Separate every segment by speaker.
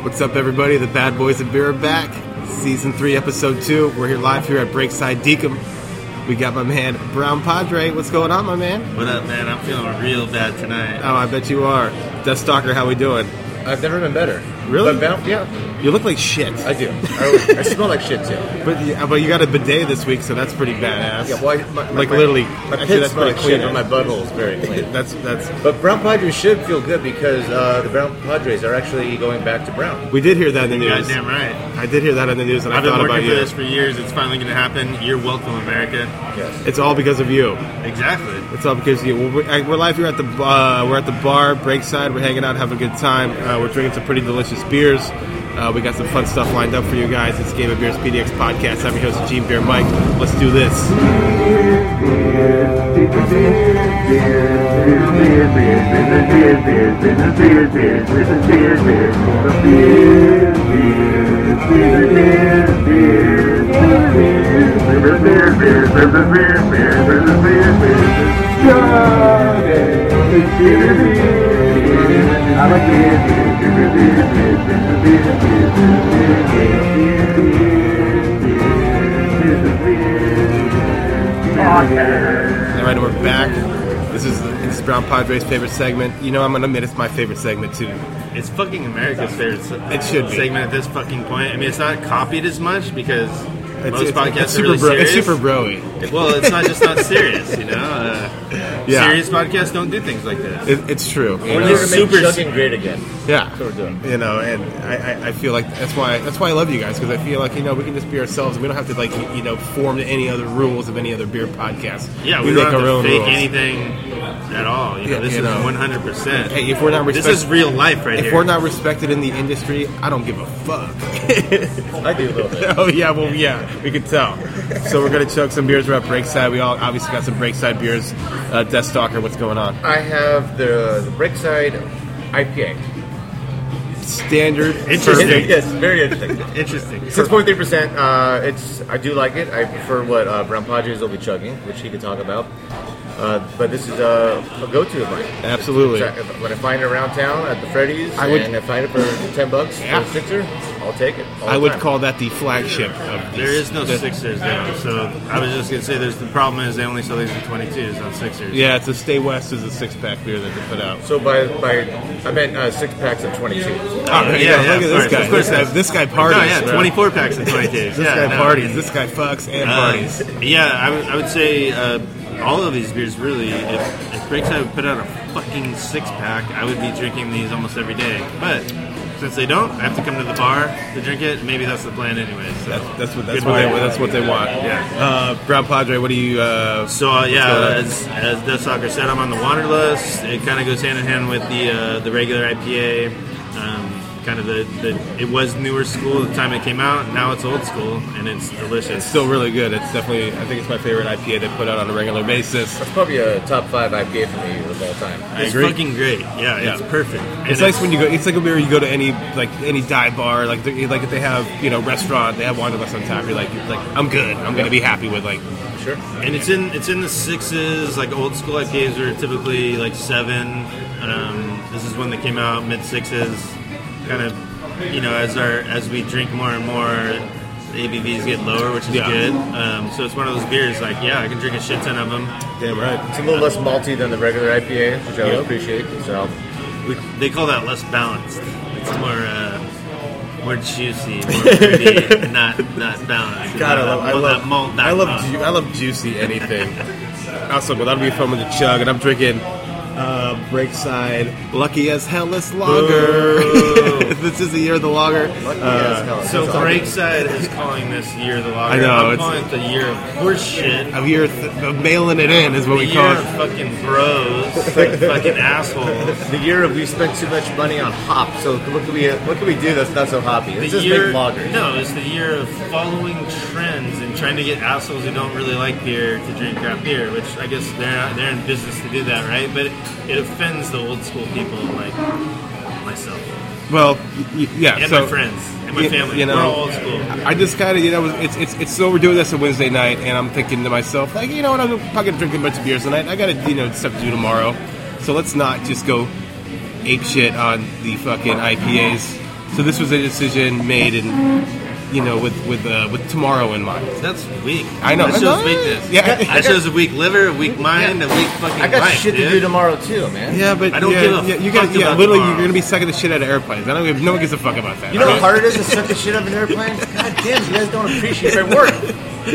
Speaker 1: What's up, everybody? The Bad Boys of Beer are back. Season 3, Episode 2. We're here live here at Breakside Deacon. We got my man, Brown Padre. What's going on, my man?
Speaker 2: What up, man? I'm feeling real bad tonight.
Speaker 1: Oh, I bet you are. Death Stalker, how we doing?
Speaker 3: I've never been better.
Speaker 1: Really?
Speaker 3: But bound- yeah,
Speaker 1: You look like shit.
Speaker 3: I do. I, I smell like shit too.
Speaker 1: But, you- but you got a bidet this week, so that's pretty badass.
Speaker 3: Yeah, well, I, my, my-
Speaker 1: Like,
Speaker 3: my-
Speaker 1: literally.
Speaker 3: My
Speaker 1: Actually,
Speaker 3: pits
Speaker 1: that's
Speaker 3: smell
Speaker 1: pretty
Speaker 3: like shit,
Speaker 1: clean.
Speaker 3: but my butthole is very clean.
Speaker 1: That's, that's...
Speaker 3: But Brown Padres should feel good because uh, the Brown Padres are actually going back to Brown.
Speaker 1: We did hear that in the news.
Speaker 2: Goddamn right.
Speaker 1: I did hear that in the news, and
Speaker 2: I've
Speaker 1: I
Speaker 2: been
Speaker 1: thought about
Speaker 2: working for
Speaker 1: you.
Speaker 2: this for years. It's finally going to happen. You're welcome, America.
Speaker 3: Yes.
Speaker 1: It's all because of you.
Speaker 2: Exactly.
Speaker 1: It's all because of you. We're, we're- we're live here at the uh, we're at the bar Breakside. We're hanging out, having a good time. Uh, we're drinking some pretty delicious beers. Uh, we got some fun stuff lined up for you guys. It's Game of Beers PDX podcast. I'm your host Gene Beer Mike. Let's do this. All right, we're back. This is this is Brown Padres' favorite segment. You know, I'm gonna admit it's my favorite segment too.
Speaker 2: It's fucking America's favorite se-
Speaker 1: It should be.
Speaker 2: segment at this fucking point. I mean, it's not copied as much because
Speaker 1: It's,
Speaker 2: most
Speaker 1: it's,
Speaker 2: podcasts
Speaker 1: it's
Speaker 2: are
Speaker 1: super
Speaker 2: really
Speaker 1: bro.
Speaker 2: serious.
Speaker 1: It's super broy.
Speaker 2: well, it's not just not serious, you know. Uh,
Speaker 1: Yeah.
Speaker 2: Serious podcasts don't do things like that.
Speaker 1: It, it's true.
Speaker 3: We're
Speaker 2: know,
Speaker 3: here to make
Speaker 2: super-
Speaker 3: chugging great again.
Speaker 1: Yeah,
Speaker 3: That's what we're doing.
Speaker 1: You know, and I, I- I feel like that's why that's why I love you guys because I feel like you know we can just be ourselves. We don't have to like you know form to any other rules of any other beer podcast.
Speaker 2: Yeah, we, don't have to fake anything at all. You know,
Speaker 1: Yeah,
Speaker 2: this
Speaker 1: you
Speaker 2: is
Speaker 1: know.
Speaker 2: 100%.
Speaker 1: Hey, if we're not
Speaker 2: this
Speaker 1: respect-
Speaker 2: is real life right
Speaker 1: If
Speaker 2: here.
Speaker 1: we're not respected in the industry, I don't give a fuck.
Speaker 3: I do a little bit.
Speaker 1: oh yeah, well yeah, we can tell. So we're gonna chug some beers. We're at Breakside. We all obviously got some Breakside beers. Uh, Death Stalker, what's going on?
Speaker 3: I have the, the Breakside IPA.
Speaker 1: Standard.
Speaker 2: Interesting.
Speaker 1: perfect.
Speaker 3: Yes, very interesting.
Speaker 2: Interesting.
Speaker 3: Six point three percent. uh, It's I do like it. I prefer what uh, Brown Padres will be chugging, which he could talk about. Uh, but this is uh, a go-to of mine.
Speaker 1: Absolutely.
Speaker 3: So if, when I find it around town at the Freddy's,
Speaker 1: I would-
Speaker 3: and I find it for ten bucks
Speaker 1: Yeah.
Speaker 3: for a sixer, I'll take it. all
Speaker 1: I
Speaker 3: the
Speaker 1: would
Speaker 3: time.
Speaker 1: call that the flagship. Of
Speaker 2: There
Speaker 1: this-
Speaker 2: is no
Speaker 1: the-
Speaker 2: Sixers though, so I was just gonna say there's the problem is they only sell these in 22s, not Sixers.
Speaker 1: Yeah, it's a Stay West is a six pack beer that they put out.
Speaker 3: So by by, I meant uh, six packs of twenty-two.
Speaker 1: Oh, there you
Speaker 2: Yeah,
Speaker 1: go. look
Speaker 2: yeah,
Speaker 1: at
Speaker 2: of
Speaker 1: this
Speaker 2: course,
Speaker 1: guy.
Speaker 2: of course.
Speaker 1: This guy, this guy
Speaker 2: No,
Speaker 1: parties.
Speaker 2: yeah,
Speaker 1: bro.
Speaker 2: 24 packs in 22s.
Speaker 1: This
Speaker 2: yeah,
Speaker 1: guy
Speaker 2: no.
Speaker 1: parties. This guy fucks and
Speaker 2: Uh,
Speaker 1: parties.
Speaker 2: Yeah, I would- I would say uh, all of these beers really. If, if Breakside would put out a fucking six pack, I would be drinking these almost every day. But since they don't, I have to come to the bar to drink it. Maybe that's the plan anyway. So.
Speaker 1: That's, that's what that's
Speaker 2: Good
Speaker 1: what they
Speaker 2: boy.
Speaker 1: that's what they want.
Speaker 2: Yeah.
Speaker 1: Uh, Brown Padre, what do you? Uh,
Speaker 2: So uh, yeah,
Speaker 1: go.
Speaker 2: as, as Death Soccer said, I'm on the water list. It kind of goes hand in hand with the uh, the regular IPA. Um, kind of the, the it was newer school the time it came out. Now it's old school and it's delicious.
Speaker 1: still really good. It's definitely I think it's my favorite IPA they put out on a regular basis.
Speaker 3: That's probably a top five IPA for me of all time.
Speaker 2: it's
Speaker 1: agree.
Speaker 2: fucking great. Yeah, it's
Speaker 1: Yeah.
Speaker 2: perfect. And
Speaker 1: It's nice when you go. It's like a beer you go to any like any dive bar, like they- like if they have you know restaurant, they have Wanderlust on tap. You're like you're like I'm good. I'm gonna be happy with like
Speaker 3: Sure.
Speaker 2: and it's in it's in the sixes. Like old school IPAs are typically like seven. Um, this is when they came out mid sixes. Kind of, you know, as our as we drink more and more, the ABVs get lower, which is
Speaker 1: Yeah.
Speaker 2: good. Um, so it's one of those beers. Like, yeah, I can drink a shit ton of them.
Speaker 1: damn right.
Speaker 3: It's a little less malty than the regular IPA, which I
Speaker 1: Yep.
Speaker 3: always appreciate. So
Speaker 2: We, they call that less balanced. It's more uh, more juicy, more fruity, not not balanced.
Speaker 1: God, I love, I
Speaker 2: Well, that
Speaker 1: love,
Speaker 2: malt
Speaker 1: I love,
Speaker 2: backbone.
Speaker 1: ju- I love juicy anything. awesome. Well, that'll be fun with the chug, and I'm drinking uh, Breakside Lucky as Hell is Lager.
Speaker 2: Boo.
Speaker 1: this is the year of the lager.
Speaker 3: lucky as hell.
Speaker 2: So
Speaker 3: That's all.
Speaker 2: Breakside is calling this year the lager.
Speaker 1: I know,
Speaker 2: I'm
Speaker 1: it's-
Speaker 2: calling it the year of horseshit.
Speaker 1: Of year, th- of mailing it in is what we
Speaker 2: The year
Speaker 1: call
Speaker 2: of
Speaker 1: it.
Speaker 2: fucking bros, fucking assholes.
Speaker 3: the year of we spent too much money on hop. So what can we what can we do that's not so hoppy?
Speaker 2: The
Speaker 3: Let's just
Speaker 2: year,
Speaker 3: make lager.
Speaker 2: no, it's the year of following trends and trying to get assholes who don't really like beer to drink craft beer. Which I guess they're they're in business to do that, right? But it, it offends the old school people like myself
Speaker 1: Well, y- y- yeah.
Speaker 2: and
Speaker 1: so
Speaker 2: my friends and my
Speaker 1: y-
Speaker 2: family.
Speaker 1: you know,
Speaker 2: We're all old school.
Speaker 1: I just kind of, you know, it's, it's it's so we're doing this on Wednesday night, and I'm thinking to myself, like, you know what, I'm fucking drinking a bunch of beers tonight. I got to, you know, stuff to do tomorrow. So let's not just go ape shit on the fucking IPAs. So this was a decision made in, you know, with with uh, with tomorrow in mind.
Speaker 2: That's weak.
Speaker 1: I know.
Speaker 2: That
Speaker 1: I
Speaker 2: shows
Speaker 1: know.
Speaker 2: weakness.
Speaker 1: Yeah.
Speaker 2: That shows a weak liver, a weak mind, a weak fucking
Speaker 3: I got
Speaker 2: life,
Speaker 3: shit
Speaker 2: dude.
Speaker 3: to do tomorrow too, man.
Speaker 1: Yeah, but
Speaker 2: I don't
Speaker 1: yeah,
Speaker 2: give a
Speaker 1: yeah, you
Speaker 2: fuck
Speaker 1: gotta, yeah,
Speaker 2: about
Speaker 1: literally,
Speaker 2: tomorrow.
Speaker 1: you're gonna be sucking the shit out of airplanes. I don't give. No one gives a fuck about that.
Speaker 3: You know
Speaker 1: okay?
Speaker 3: how hard it is to suck the shit out of an airplane? God damn, you guys don't appreciate my work.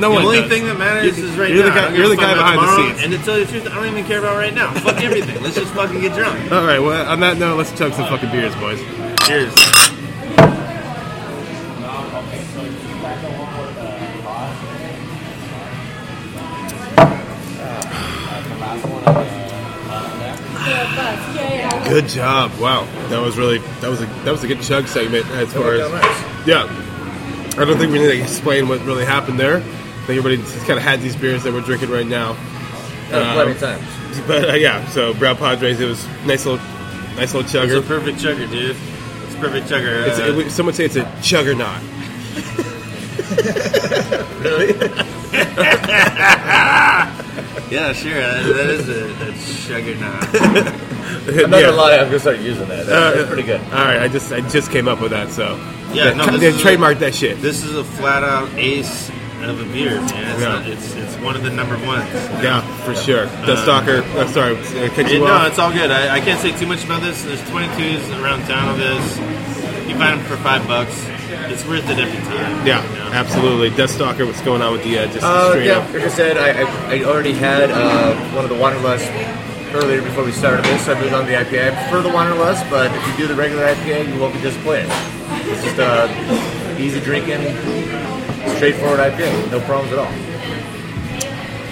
Speaker 1: no
Speaker 2: The
Speaker 1: one.
Speaker 2: only
Speaker 1: does.
Speaker 2: thing that matters
Speaker 1: You're-
Speaker 2: is right
Speaker 1: you're the
Speaker 2: now.
Speaker 1: guy-
Speaker 2: I don't
Speaker 1: you're the
Speaker 2: give a
Speaker 1: guy
Speaker 2: fuck about
Speaker 1: behind the
Speaker 2: tomorrow,
Speaker 1: scenes.
Speaker 2: And to tell you the truth, I don't even care about right now. Fuck everything. Let's just fucking get drunk.
Speaker 1: All right. Well, on that note, let's chug some fucking beers, boys.
Speaker 2: Cheers.
Speaker 1: Good job. Wow. That was really. That was a. That was a good chug segment as far as. Yeah. I don't think we need to explain what really happened there. I think everybody just kind of had these beers that we're drinking right now.
Speaker 3: Uh, plenty of times.
Speaker 1: But uh, yeah, so Brow Padres, it was nice little, nice little
Speaker 2: It's
Speaker 1: chugger.
Speaker 2: a perfect chugger, dude. It's a perfect chugger.
Speaker 1: It's,
Speaker 2: Uh,
Speaker 1: it, would- some would say it's a juggernaut.
Speaker 2: yeah, sure. Uh, that is a, a chugger now.
Speaker 3: Another
Speaker 1: Yeah. Uh,
Speaker 3: lie, I'm gonna start using that. That's, that's pretty good.
Speaker 1: All right, I just I just came up with that, so
Speaker 2: Yeah, no, this
Speaker 1: they
Speaker 2: is a-
Speaker 1: trademarked that shit.
Speaker 2: This is a flat out ace of a beer, man. It's,
Speaker 1: Yeah.
Speaker 2: not, it's, it's one of the number ones.
Speaker 1: Yeah, for sure. The stalker. I'm sorry, uh, catch
Speaker 2: It-
Speaker 1: you
Speaker 2: no,
Speaker 1: off.
Speaker 2: it's all good. I, I can't say too much about this. There's 22s around town of this. You find them for five bucks. It's worth it every time.
Speaker 1: Yeah,
Speaker 2: you know?
Speaker 1: absolutely. Death Stalker, what's going on with the uh, just
Speaker 3: Uh,
Speaker 1: straight
Speaker 3: yeah,
Speaker 1: up?
Speaker 3: like I said, I, I, I already had uh, one of the Wanderlust earlier before we started this. so I moved on to the IPA. I prefer the Wanderlust, but if you do the regular IPA, you won't be disappointed. It's just uh, easy drinking, straightforward IPA, no problems at all.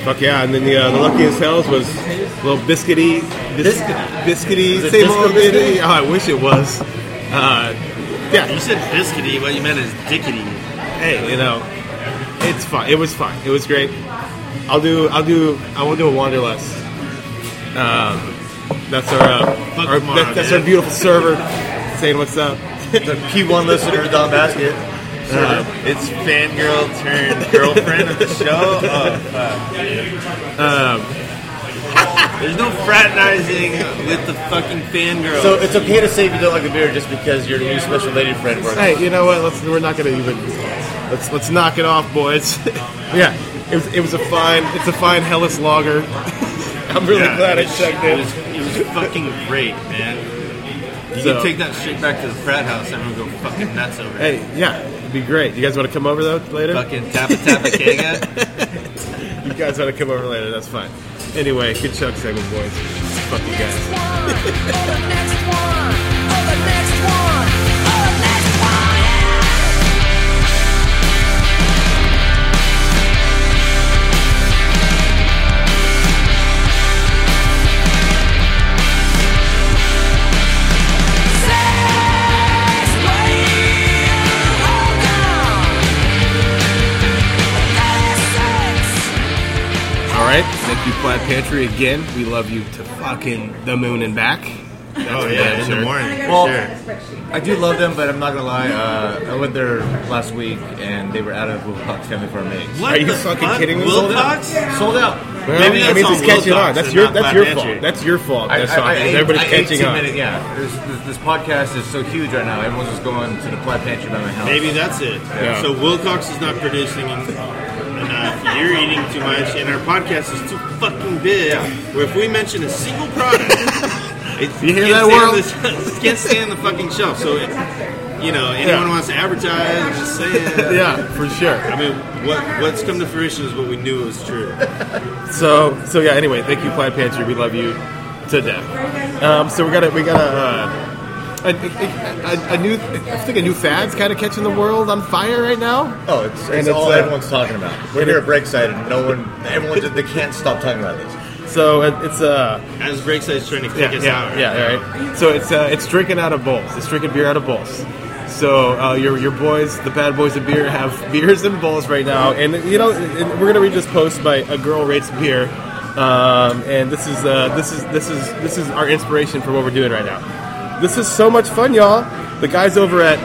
Speaker 1: Fuck yeah! And then the, uh, the lucky as hells was a little biscuity, bis- biscuity,
Speaker 3: it
Speaker 1: same
Speaker 3: disco
Speaker 1: old
Speaker 3: biscuity?
Speaker 1: bitty. Oh, I wish it was. Uh, yeah,
Speaker 2: You said biscuity. What you meant is dickety.
Speaker 1: hey, you know, it's fine. It was fine. It was great. I'll do. I'll do. I won't do a wanderlust. Um, that's our. Uh,
Speaker 2: Fuck
Speaker 1: our
Speaker 2: tomorrow,
Speaker 1: that, that's our
Speaker 2: dude.
Speaker 1: beautiful server saying what's up.
Speaker 3: The P1 listener, Don Basket.
Speaker 2: It's fangirl turned girlfriend of the show. Oh, fuck, dude. There's no fraternizing with the fucking fangirl.
Speaker 3: So it's okay to say if you don't like the beer just because your new special lady friend works.
Speaker 1: Hey, you know what? Let's we're not gonna even let's let's knock it off, boys. yeah, it was, it was a fine it's a fine Hellas lager. I'm really
Speaker 2: Yeah,
Speaker 1: glad I
Speaker 2: it was-
Speaker 1: checked it.
Speaker 2: It was, it was fucking great, man. You
Speaker 1: So-
Speaker 2: can take that shit back to the frat house. Everyone go fucking nuts over it.
Speaker 1: Hey, yeah, it'd be great. You guys want to come over though later?
Speaker 2: Fucking tappa tappa kega.
Speaker 1: You guys want to come over later? That's fine. Anyway, good chug segment, boys. Fuck you guys. All right, thank you, Plaid Pantry, again. We love you to fucking the moon and back.
Speaker 2: Oh
Speaker 1: yeah, sure.
Speaker 2: morning.
Speaker 3: Well-
Speaker 2: sure.
Speaker 3: I do love them, but I'm not gonna lie. Uh, I went there last week and they were out of Wilcox Family for a minute.
Speaker 2: What
Speaker 1: Are you
Speaker 2: the
Speaker 1: fucking
Speaker 2: fuck?
Speaker 1: kidding me?
Speaker 2: Wilcox?
Speaker 3: Sold out.
Speaker 1: Well,
Speaker 2: Maybe
Speaker 1: I mean,
Speaker 2: that's
Speaker 1: just
Speaker 2: on
Speaker 1: catching
Speaker 2: Wilcox
Speaker 1: on. That's
Speaker 2: and
Speaker 1: your
Speaker 2: not
Speaker 1: that's
Speaker 2: Plaid
Speaker 1: your
Speaker 2: Pantry.
Speaker 1: fault. That's your fault.
Speaker 3: I-
Speaker 1: That's
Speaker 3: I-
Speaker 1: all.
Speaker 3: I ate-
Speaker 1: Everybody's
Speaker 3: I ate
Speaker 1: catching
Speaker 3: two
Speaker 1: on.
Speaker 3: minute- yeah, There's- this, this podcast is so huge right now. Everyone's just going to the Plaid Pantry by my house.
Speaker 2: Maybe that's it.
Speaker 1: Yeah.
Speaker 2: So Wilcox is not producing enough. You're eating too much, and our podcast is too fucking big. Where if we mention a single product, it
Speaker 1: You hear
Speaker 2: can't
Speaker 1: that,
Speaker 2: stay on
Speaker 1: world?
Speaker 2: this- can't stay on the fucking shelf. So, it, you know, anyone
Speaker 1: Yeah.
Speaker 2: wants to advertise, I'm just saying.
Speaker 1: Yeah, for sure.
Speaker 2: I mean, what what's come to fruition is what we knew was true.
Speaker 1: So so yeah. Anyway, thank you, Plaid Pantry. We love you to death. Um, so we got a we got a, uh, a, a, a new I think a new fad's kind of catching the world on fire right now.
Speaker 3: Oh, it's,
Speaker 1: And
Speaker 3: it's
Speaker 1: it's,
Speaker 3: all
Speaker 1: uh,
Speaker 3: everyone's talking about. We're here at Breakside, and no one, everyone, just, they can't stop talking about this.
Speaker 1: So it, it's uh,
Speaker 2: As Breakside's trying to kick
Speaker 1: yeah
Speaker 2: us
Speaker 1: yeah
Speaker 2: out.
Speaker 1: yeah. All right. So it's uh, it's drinking out of bowls. It's drinking beer out of bowls. So uh, your your boys, the bad boys of beer, have beers and bowls right now. And you know and we're gonna read this post by a girl rates beer. Um, and this is uh, this is this is this is our inspiration for what we're doing right now. This is so much fun, y'all. The guys over at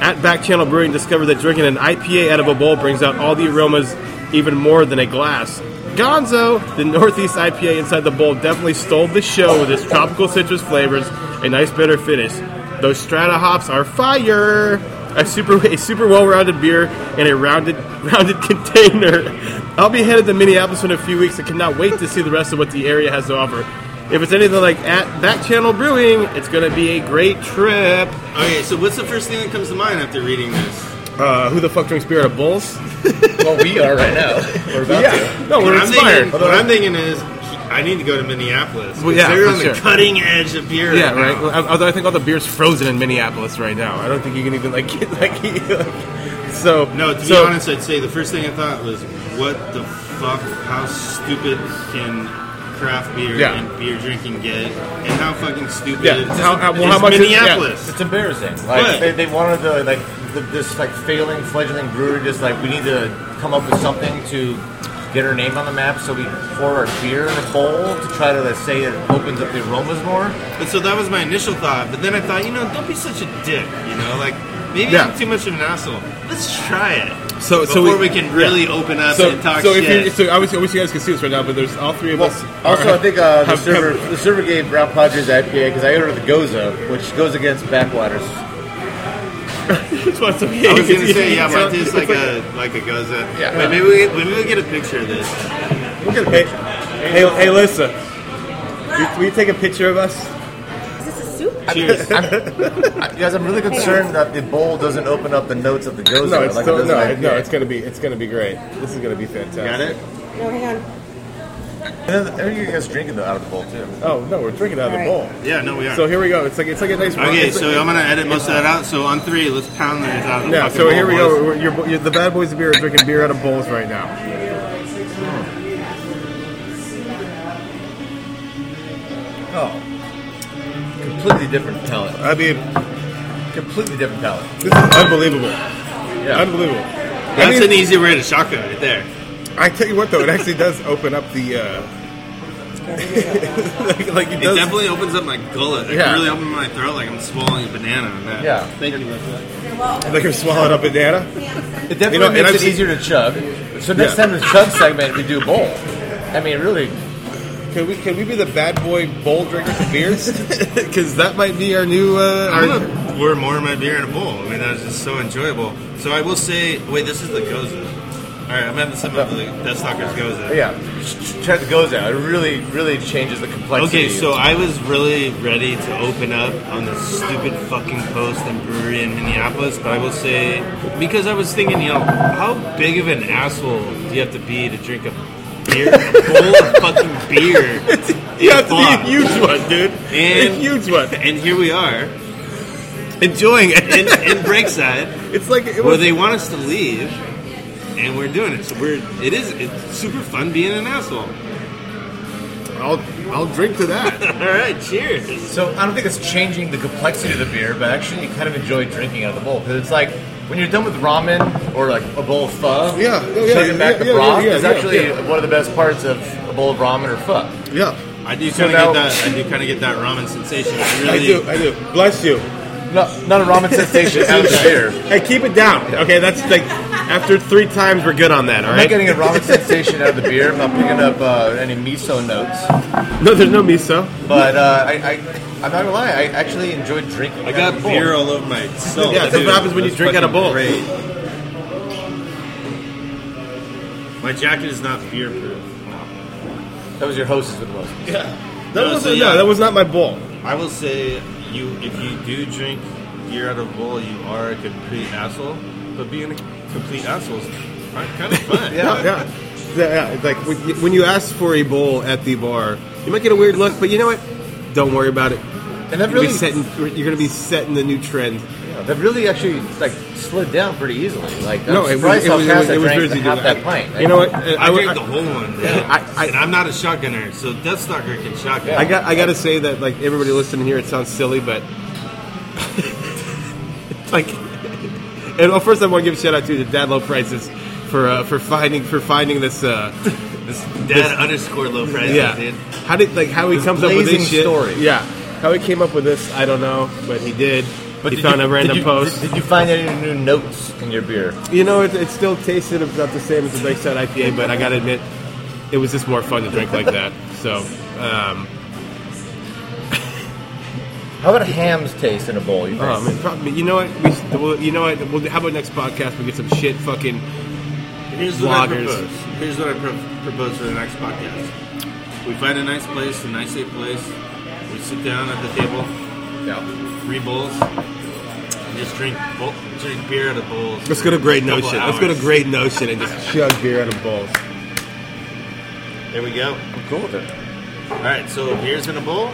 Speaker 1: at Back Channel Brewing discovered that drinking an IPA out of a bowl brings out all the aromas even more than a glass. Gonzo, the Northeast IPA inside the bowl, definitely stole the show with its tropical citrus flavors and nice bitter finish. Those strata hops are fire. A super, a super well-rounded beer in a rounded, rounded container. I'll be headed to Minneapolis in a few weeks. I cannot wait to see the rest of what the area has to offer. If it's anything like at Back Channel Brewing, it's going to be a great trip.
Speaker 2: Okay, so what's the first thing that comes to mind after reading this?
Speaker 1: Uh, who the fuck drinks beer at Bulls?
Speaker 3: well, we are right now. We're about to.
Speaker 1: no, we're
Speaker 2: what I'm
Speaker 1: inspired.
Speaker 2: Thinking, what I'm thinking is, I need to go to Minneapolis. 'cause
Speaker 1: Well, yeah,
Speaker 2: they're
Speaker 1: for
Speaker 2: on the
Speaker 1: sure.
Speaker 2: cutting edge of beer.
Speaker 1: Yeah,
Speaker 2: now.
Speaker 1: right. Well, although I think all the beer's frozen in Minneapolis right now. I don't think you can even like get like. like so
Speaker 2: No, to
Speaker 1: so,
Speaker 2: be honest, I'd say the first thing I thought was, what the fuck? How stupid can craft beer
Speaker 1: Yeah.
Speaker 2: and beer drinking get? And how fucking stupid
Speaker 1: Yeah,
Speaker 2: is,
Speaker 1: how- how- well,
Speaker 2: is
Speaker 1: how much is- yeah.
Speaker 2: Minneapolis?
Speaker 3: It's embarrassing. Like
Speaker 2: Right.
Speaker 3: they, they wanted to like the, this like failing fledgling brewery just like we need to come up with something to get our name on the map. So we pour our beer in a bowl to try to let's say it opens up the aromas more.
Speaker 2: But so that was my initial thought. But then I thought, you know, don't be such a dick. You know, like maybe
Speaker 1: Yeah.
Speaker 2: I'm too much of an asshole. Let's try it.
Speaker 1: So- so
Speaker 2: before
Speaker 1: we-
Speaker 2: we, can really open up
Speaker 1: so,
Speaker 2: and talk
Speaker 1: so
Speaker 2: shit.
Speaker 1: if you so obviously, obviously you guys can see this right now, but there's all three of
Speaker 3: Well,
Speaker 1: us.
Speaker 3: also,
Speaker 1: are-
Speaker 3: I think uh, the
Speaker 1: have-
Speaker 3: server
Speaker 1: have-
Speaker 3: the server gave Brown Padres IPA because I ordered the Goza, which goes against Backwaters.
Speaker 1: it's supposed to be-
Speaker 2: I was gonna say, yeah,
Speaker 1: it's
Speaker 2: mine
Speaker 1: not- it's
Speaker 2: tastes like a like a goza.
Speaker 3: Yeah.
Speaker 2: Wait, maybe we maybe we get a picture of this.
Speaker 3: Look at
Speaker 1: Hey, hey, hey, Lisa. Will will you take a picture of us?
Speaker 4: Is this a soup?
Speaker 2: Cheers.
Speaker 3: guys. I'm really concerned that the bowl doesn't open up the notes of the Goza.
Speaker 1: No, it's
Speaker 3: like
Speaker 1: still,
Speaker 3: it does
Speaker 1: no,
Speaker 3: in
Speaker 1: it- no,
Speaker 3: IPA.
Speaker 1: it's gonna be, it's gonna be great. This is gonna be fantastic.
Speaker 2: Got it.
Speaker 4: No, hang on.
Speaker 3: And then, and you guys drinking the, out of the bowl too.
Speaker 1: Oh no, we're drinking out of the
Speaker 4: All
Speaker 1: bowl.
Speaker 4: right.
Speaker 2: Yeah, no, we are.
Speaker 1: So here we go. It's like it's like a nice.
Speaker 2: okay,
Speaker 1: it's
Speaker 2: so
Speaker 1: like-
Speaker 2: I'm gonna edit most of that out. So on three, let's pound that out. of the
Speaker 1: Yeah,
Speaker 2: fucking
Speaker 1: so here
Speaker 2: bowl,
Speaker 1: we
Speaker 2: boys.
Speaker 1: go. We're, you're, you're, the bad boys of beer are drinking beer out of bowls right now.
Speaker 3: Oh, completely different palate.
Speaker 1: I mean,
Speaker 3: Completely different palate.
Speaker 1: this is unbelievable.
Speaker 3: Yeah.
Speaker 1: Unbelievable. I
Speaker 2: That's
Speaker 1: mean,
Speaker 2: an e- easy way to shotgun right there.
Speaker 1: I tell you what, though, it actually does open up the. Uh, like, like it
Speaker 2: It
Speaker 1: does.
Speaker 2: definitely opens up my gullet. It
Speaker 1: Yeah.
Speaker 2: really opens my throat like I'm swallowing a banana. on that.
Speaker 3: Yeah.
Speaker 2: Thank you.
Speaker 1: Like you're swallowing a banana.
Speaker 3: It definitely
Speaker 1: You know, and
Speaker 3: makes
Speaker 1: I've
Speaker 3: it
Speaker 1: seen-
Speaker 3: easier to chug. So next
Speaker 1: Yeah.
Speaker 3: time in the chug segment, we do a bowl. I mean, really,
Speaker 1: Can we can we be the bad boy bowl drinkers of beers? Because that might be our new. Uh,
Speaker 2: I'm
Speaker 1: our,
Speaker 2: gonna pour more of my beer in a bowl. I mean, that was just so enjoyable. So I will say, wait, this is the goza. All right, I'm having some of the Death Stalker's goza.
Speaker 3: yeah. Ch- Check the goes out. It really, really changes the complexity.
Speaker 2: Okay, so I was really ready to open up on this stupid fucking post and brewery in Minneapolis, but I will say because I was thinking, you know, how big of an asshole do you have to be to drink a beer, a bowl of fucking beer?
Speaker 1: you have to
Speaker 2: Fuck.
Speaker 1: be a huge one, dude. a
Speaker 2: And-
Speaker 1: huge one.
Speaker 2: And here we are
Speaker 1: Enjoying it.
Speaker 2: in, in Breakside.
Speaker 1: It's like it
Speaker 2: Well,
Speaker 1: was.
Speaker 2: they want us to leave, and we're doing it. So we're it is it's super fun being an asshole.
Speaker 1: I'll I'll drink to that.
Speaker 2: All right, cheers.
Speaker 3: So I don't think it's changing the complexity of the beer, but actually, you kind of enjoy drinking out of the bowl because it's like when you're done with ramen or like a bowl of pho.
Speaker 1: Yeah, oh, yeah,
Speaker 3: chugging back
Speaker 1: yeah,
Speaker 3: the
Speaker 1: yeah,
Speaker 3: broth
Speaker 1: yeah, yeah,
Speaker 3: is
Speaker 1: yeah,
Speaker 3: actually
Speaker 1: yeah.
Speaker 3: one of the best parts of a bowl of ramen or pho.
Speaker 1: yeah,
Speaker 2: I do
Speaker 3: So
Speaker 2: kind of
Speaker 3: now-
Speaker 2: get that. I do kind of get that ramen sensation. It's
Speaker 1: I
Speaker 2: really,
Speaker 1: do. I do. Bless you.
Speaker 3: No, not a ramen sensation out of the beer.
Speaker 1: Hey, keep it down. Okay, that's like after three times we're good on that. All
Speaker 3: I'm not
Speaker 1: right.
Speaker 3: getting a ramen sensation out of the beer. I'm not picking up uh, any miso notes.
Speaker 1: No, there's no miso.
Speaker 3: But uh, I, I, I'm not gonna lie. I actually enjoyed drinking.
Speaker 2: I
Speaker 3: out
Speaker 2: got
Speaker 3: of the bowl.
Speaker 2: beer all over myself.
Speaker 1: yeah, that's what happens when you
Speaker 3: that's
Speaker 1: drink out of
Speaker 3: fucking
Speaker 1: bowl.
Speaker 3: great.
Speaker 2: My jacket is not beer proof.
Speaker 3: That was your hostess with was.
Speaker 1: That
Speaker 2: No,
Speaker 1: was
Speaker 2: so
Speaker 1: not
Speaker 2: yeah.
Speaker 1: no, that was not my bowl.
Speaker 2: I will say, you if you do drink beer out of bowl, you are a complete asshole. But being a complete asshole is kind of fun.
Speaker 3: Yeah.
Speaker 1: Yeah, yeah. yeah. yeah. Like when you, when you ask for a bowl at the bar, you might get a weird look, but you know what? Don't worry about it.
Speaker 3: And that
Speaker 1: You're gonna
Speaker 3: really,
Speaker 1: be setting, you're going to be setting the new trend.
Speaker 3: that really actually like slid down pretty easily. Like I'm
Speaker 1: no, it was
Speaker 3: surprised
Speaker 1: it
Speaker 3: how
Speaker 1: was, it
Speaker 3: fast
Speaker 1: was,
Speaker 3: I
Speaker 1: it was
Speaker 3: drank
Speaker 1: busy
Speaker 3: half
Speaker 1: doing
Speaker 3: that
Speaker 1: it.
Speaker 3: pint.
Speaker 1: You know what? I,
Speaker 2: I,
Speaker 1: I-
Speaker 2: drink the whole one, man.
Speaker 1: I- I-
Speaker 2: and I'm not a shotgunner, so Death Stalker can shotgun.
Speaker 1: I got I got to say that like everybody listening here, it sounds silly, but like, and well, first I want to give a shout out to the Dad Low Prices for uh, for finding for finding this. Uh,
Speaker 2: This dad underscore low prices,
Speaker 1: yeah,
Speaker 2: dude.
Speaker 1: how did like how he
Speaker 3: This
Speaker 1: comes up with this
Speaker 3: blazing
Speaker 1: shit?
Speaker 3: story.
Speaker 1: Yeah, how he came up with this, I don't know, but he did. he
Speaker 3: did
Speaker 1: found
Speaker 3: you-
Speaker 1: a random
Speaker 3: did you,
Speaker 1: post.
Speaker 3: Did, did you find any new notes in your beer?
Speaker 1: you know, it, it still tasted about the same as the Breakside IPA, but I gotta admit, it was just more fun to drink like that. So, um,
Speaker 3: How about a ham's taste in a bowl? You
Speaker 1: Oh,
Speaker 3: think?
Speaker 1: man, probably, you know what? We, s- well, you know what? We'll, how about next podcast? We get some shit fucking.
Speaker 2: Here's what
Speaker 1: Bloggers.
Speaker 2: I propose. Here's what I pro- propose for the next podcast. We find a nice place, a nice safe place. We sit down at the table,
Speaker 3: No.
Speaker 2: three bowls, and just drink bo- drink beer out of bowls.
Speaker 1: Let's go to Great
Speaker 2: Couple
Speaker 1: Notion. Let's go to
Speaker 2: hours.
Speaker 1: Great Notion and just chug beer out of bowls.
Speaker 2: There we go.
Speaker 3: I'm cool with it.
Speaker 2: All right, so beer's in a bowl.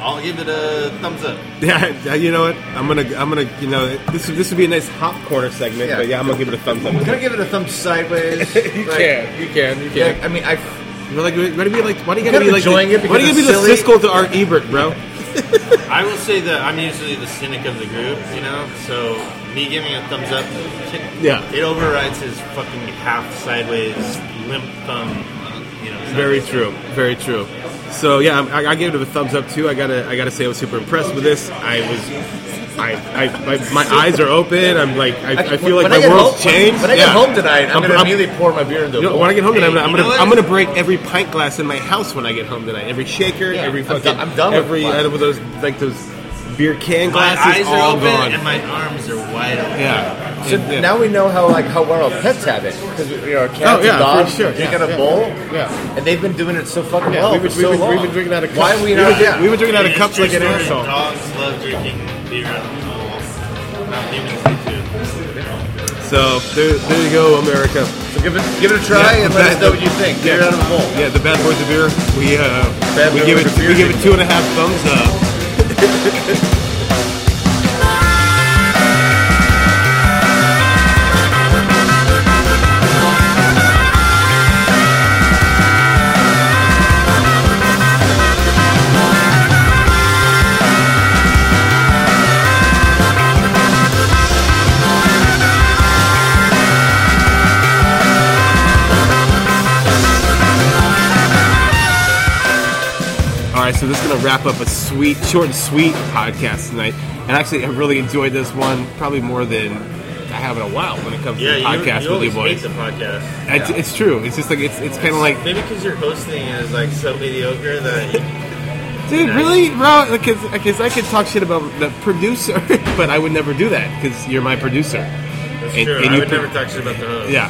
Speaker 2: I'll give it a thumbs up.
Speaker 1: Yeah, you know what? I'm gonna, I'm gonna, you know, this this would be a nice hop corner segment,
Speaker 3: Yeah.
Speaker 1: but yeah, I'm gonna give it a thumbs up.
Speaker 3: Can I give it a thumb sideways? you
Speaker 1: you can, you
Speaker 3: Yeah, I mean, I.
Speaker 1: We're like, why do you like? Why do you
Speaker 3: You
Speaker 1: gotta
Speaker 3: gotta
Speaker 1: be like?
Speaker 3: enjoying
Speaker 1: the-
Speaker 3: it
Speaker 1: why do you
Speaker 3: because
Speaker 1: gotta be the
Speaker 3: it's silly.
Speaker 1: Siskel to Art Ebert, bro?
Speaker 2: I will say that I'm usually the cynic of the group, you know. So me giving a thumbs up,
Speaker 1: Yeah.
Speaker 2: it overrides his fucking half sideways limp thumb. You know,
Speaker 1: Very
Speaker 2: sideways.
Speaker 1: true. Very true. So yeah, I'm- I, I gave it a thumbs up too. I gotta, I gotta say, I was super impressed with this. I was, I, I my, my eyes are open. I'm like, I, I feel like
Speaker 3: when
Speaker 1: my
Speaker 3: get
Speaker 1: world's
Speaker 3: home,
Speaker 1: changed.
Speaker 3: When I
Speaker 1: Yeah.
Speaker 3: get home tonight, I'm,
Speaker 1: I'm-
Speaker 3: gonna
Speaker 1: I'm-
Speaker 3: immediately pour my beer into a
Speaker 1: You know,
Speaker 3: bowl.
Speaker 1: when I get home tonight, I'm
Speaker 2: Hey,
Speaker 1: gonna, I'm
Speaker 2: you
Speaker 1: gonna,
Speaker 2: know what?
Speaker 1: I'm gonna break every pint glass in my house when I get home tonight. Every shaker,
Speaker 3: Yeah,
Speaker 1: every
Speaker 3: I'm
Speaker 1: fucking,
Speaker 3: done- I'm done with
Speaker 1: every
Speaker 3: glass.
Speaker 1: uh, with those like those beer can
Speaker 2: My
Speaker 1: glasses
Speaker 2: eyes are
Speaker 1: all
Speaker 2: open
Speaker 1: gone.
Speaker 2: and my arms are wide open.
Speaker 1: yeah.
Speaker 3: So
Speaker 1: And- yeah.
Speaker 3: now we know how like how well our pets have it because you know our cats
Speaker 1: Oh, yeah, for
Speaker 3: and dogs
Speaker 1: sure.
Speaker 3: drink
Speaker 1: Yeah,
Speaker 3: out of
Speaker 1: yeah,
Speaker 3: bowl,
Speaker 1: yeah.
Speaker 3: and they've been doing it so fucking
Speaker 1: Yeah,
Speaker 3: well
Speaker 1: we've, been,
Speaker 3: for
Speaker 1: we've
Speaker 3: so
Speaker 1: been-
Speaker 3: long.
Speaker 1: we've been drinking out of cups.
Speaker 3: Why are we
Speaker 1: we've,
Speaker 3: not?
Speaker 1: been,
Speaker 3: yeah.
Speaker 1: we've been drinking out of
Speaker 2: It's
Speaker 1: cups
Speaker 2: true
Speaker 1: like an
Speaker 2: story.
Speaker 1: asshole.
Speaker 2: Dogs love drinking beer out of bowls. Now humans do too.
Speaker 1: So there, there you go, America.
Speaker 3: So give it give it a try
Speaker 1: Yeah,
Speaker 3: and
Speaker 1: the
Speaker 3: let us
Speaker 1: bad-
Speaker 3: know what you think.
Speaker 1: yeah.
Speaker 3: Beer out of a bowl.
Speaker 1: Yeah, the bad boys of beer. We uh,
Speaker 3: Bad
Speaker 1: we
Speaker 3: Boys
Speaker 1: give
Speaker 3: of
Speaker 1: it
Speaker 3: Beer.
Speaker 1: we give it two and a half thumbs up. All right, so this is going to wrap up a sweet, short and sweet podcast tonight. And actually, I really enjoyed this one probably more than I have in a while when it comes
Speaker 2: Yeah,
Speaker 1: to
Speaker 2: you,
Speaker 1: podcasts
Speaker 2: you
Speaker 1: with you
Speaker 2: always hate
Speaker 1: boys.
Speaker 2: the podcast.
Speaker 1: It's, it's true. It's just like it's it's kind of like,
Speaker 2: Maybe because your hosting is like so mediocre that you,
Speaker 1: dude,
Speaker 2: nice.
Speaker 1: really, bro? Because I could talk shit about the producer, but I would never do that because you're my producer.
Speaker 2: that's
Speaker 1: And-
Speaker 2: true.
Speaker 1: and
Speaker 2: I
Speaker 1: you
Speaker 2: would
Speaker 1: pre-
Speaker 2: never talk shit about the host.
Speaker 1: Yeah,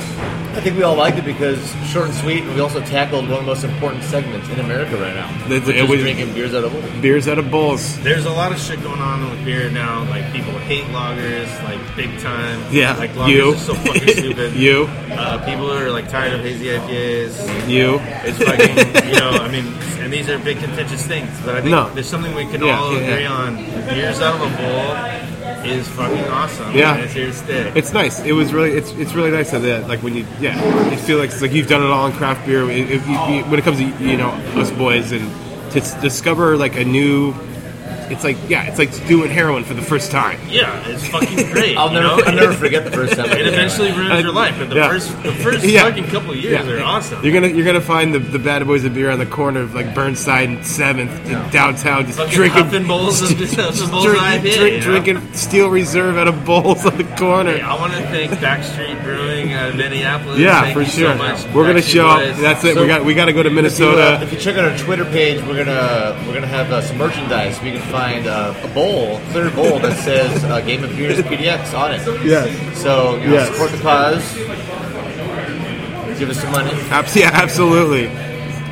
Speaker 3: I think we all liked it because short and sweet. and We also tackled one of the most important segments in America right now.
Speaker 1: That's-
Speaker 3: which
Speaker 1: it
Speaker 3: is
Speaker 1: was-
Speaker 3: drinking beers out of bowl.
Speaker 1: beers out of bowls.
Speaker 2: There's a lot of shit going on with beer now. Like people hate loggers, like big time.
Speaker 1: Yeah,
Speaker 2: like loggers
Speaker 1: you.
Speaker 2: are so fucking stupid.
Speaker 1: You.
Speaker 2: uh, people are like tired of hazy IPAs.
Speaker 1: You.
Speaker 2: It's fucking, you know, I mean, and these are big contentious things. But I think
Speaker 1: No.
Speaker 2: there's something we can
Speaker 1: Yeah,
Speaker 2: all
Speaker 1: yeah, yeah.
Speaker 2: agree on. Beers out of a bowl is fucking awesome.
Speaker 1: Yeah.
Speaker 2: and it's here to stay.
Speaker 1: It's nice. It was really. It's it's really nice of that. Like when you, yeah, you feel like it's like you've done it all in craft beer. It, it, you, you, when it comes to you know us boys and to s- discover like a new, it's like yeah, it's like doing heroin for the first time.
Speaker 2: yeah, it's fucking great.
Speaker 3: I'll
Speaker 2: you
Speaker 3: never,
Speaker 2: know?
Speaker 3: I'll never forget the first time. I
Speaker 2: It
Speaker 3: did that.
Speaker 2: eventually ruins your life, but the
Speaker 1: Yeah.
Speaker 2: first the first
Speaker 1: Yeah.
Speaker 2: fucking couple of years are awesome.
Speaker 1: You're gonna you're gonna find the, the bad boys of beer on the corner of like Burnside and Seventh in downtown, just
Speaker 2: Fucking
Speaker 1: drinking
Speaker 2: huffing bowls of- of bowls
Speaker 1: drink-
Speaker 2: IPA,
Speaker 1: drink-
Speaker 2: you know?
Speaker 1: drinking Steel Reserve out of bowls on the corner.
Speaker 2: Hey, I want to thank Backstreet Brewing out of Minneapolis.
Speaker 1: Yeah,
Speaker 2: Thank
Speaker 1: for
Speaker 2: you
Speaker 1: sure.
Speaker 2: So much,
Speaker 1: We're gonna
Speaker 2: Backstreet
Speaker 1: show up.
Speaker 2: Boys.
Speaker 1: That's it.
Speaker 3: So-
Speaker 1: we got we got to go to
Speaker 3: If you, uh,
Speaker 1: Minnesota.
Speaker 3: If you, check out our Twitter page, we're gonna we're gonna have uh, some merchandise. We can find uh, a bowl, clear bowl that says uh, Game of Beers PDX on it.
Speaker 1: Yes.
Speaker 3: So you know,
Speaker 1: Yes.
Speaker 3: support the cause. Give us some money.
Speaker 1: Abs- yeah, absolutely.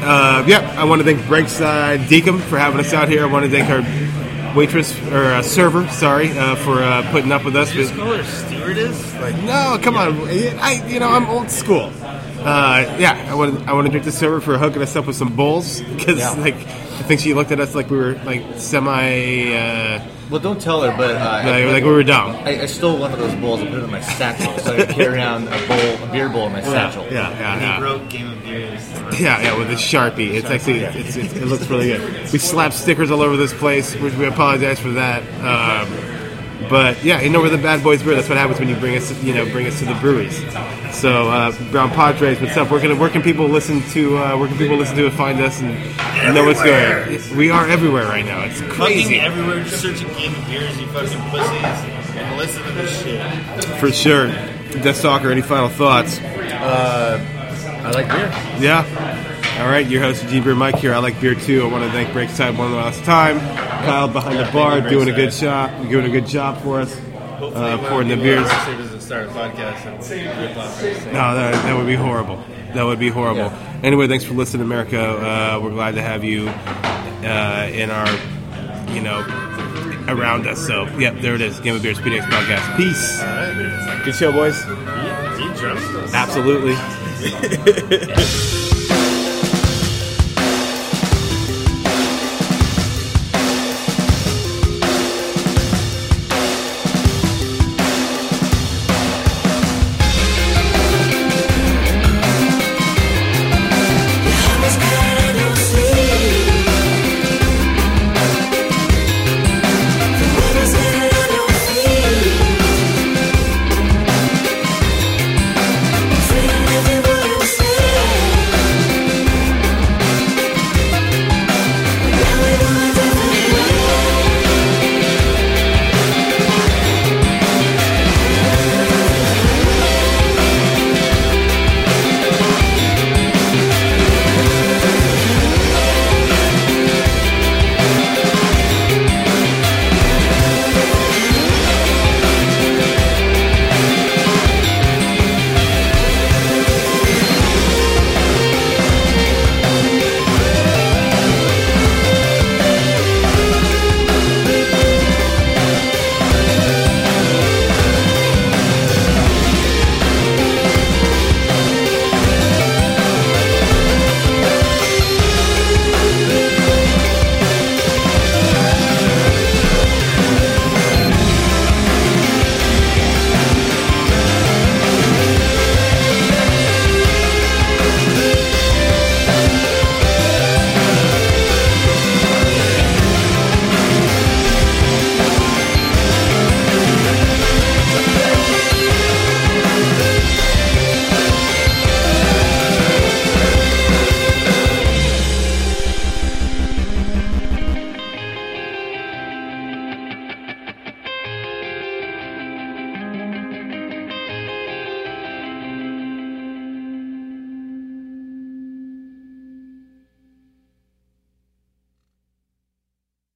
Speaker 1: Uh, yeah, I want to thank Breakside Deacom for having us out here. I want to thank our waitress or uh, server, sorry, uh, for uh, putting up with us.
Speaker 2: Just call her stewardess. Like,
Speaker 1: No, come on. I, you know, I'm old school. Uh, yeah, I want to. I want to drink the server for hooking us up with some bowls because,
Speaker 3: Yeah.
Speaker 1: like, I think she looked at us like we were like semi, uh,
Speaker 3: Well, don't tell her, but uh,
Speaker 1: like, like we were dumb.
Speaker 3: I, I stole one of those bowls and put it in my satchel, so I could carry around a bowl, a beer bowl in my satchel.
Speaker 1: Yeah, yeah,
Speaker 2: and he
Speaker 1: yeah.
Speaker 2: broke Game of Beers.
Speaker 1: Yeah, yeah, with a sharpie. It's actually it's, it's, it looks really good. We slapped stickers all over this place, which we apologize for that. Um, but yeah, you know we're the bad boys brew. That's what happens when you bring us, you know, bring us to the breweries. So uh, Brown Padres, what's up? Where can where can people listen to? Uh, where can people listen to and find us and know what's going? on? We are everywhere right now. It's
Speaker 2: Fucking
Speaker 1: crazy
Speaker 2: everywhere, just searching Game of Beers, you fucking pussies, and listen to this shit.
Speaker 1: for sure. Death Stalker, any final thoughts?
Speaker 3: I like beer.
Speaker 1: Yeah. All right, your host G Beer Mike here. I like beer too. I want to thank Breakside one last time. Kyle behind
Speaker 2: Yeah,
Speaker 1: the bar
Speaker 2: thank you,
Speaker 1: doing a good
Speaker 2: Breakside.
Speaker 1: shot, doing a good job for us,
Speaker 2: Hopefully,
Speaker 1: uh,
Speaker 2: when
Speaker 1: pouring the
Speaker 2: people
Speaker 1: beers.
Speaker 2: are listening doesn't start a podcast and rip off everything.
Speaker 1: No, that, that would be horrible. That would be horrible.
Speaker 3: Yeah.
Speaker 1: Anyway, thanks for listening, America. Uh, we're glad to have you uh, in our, you know, around us. So, yep, there it is. Game of Beers PDX podcast. Peace.
Speaker 2: All right, dude. It's like,
Speaker 1: Good show, boys.
Speaker 2: he- he drums us.
Speaker 1: Absolutely.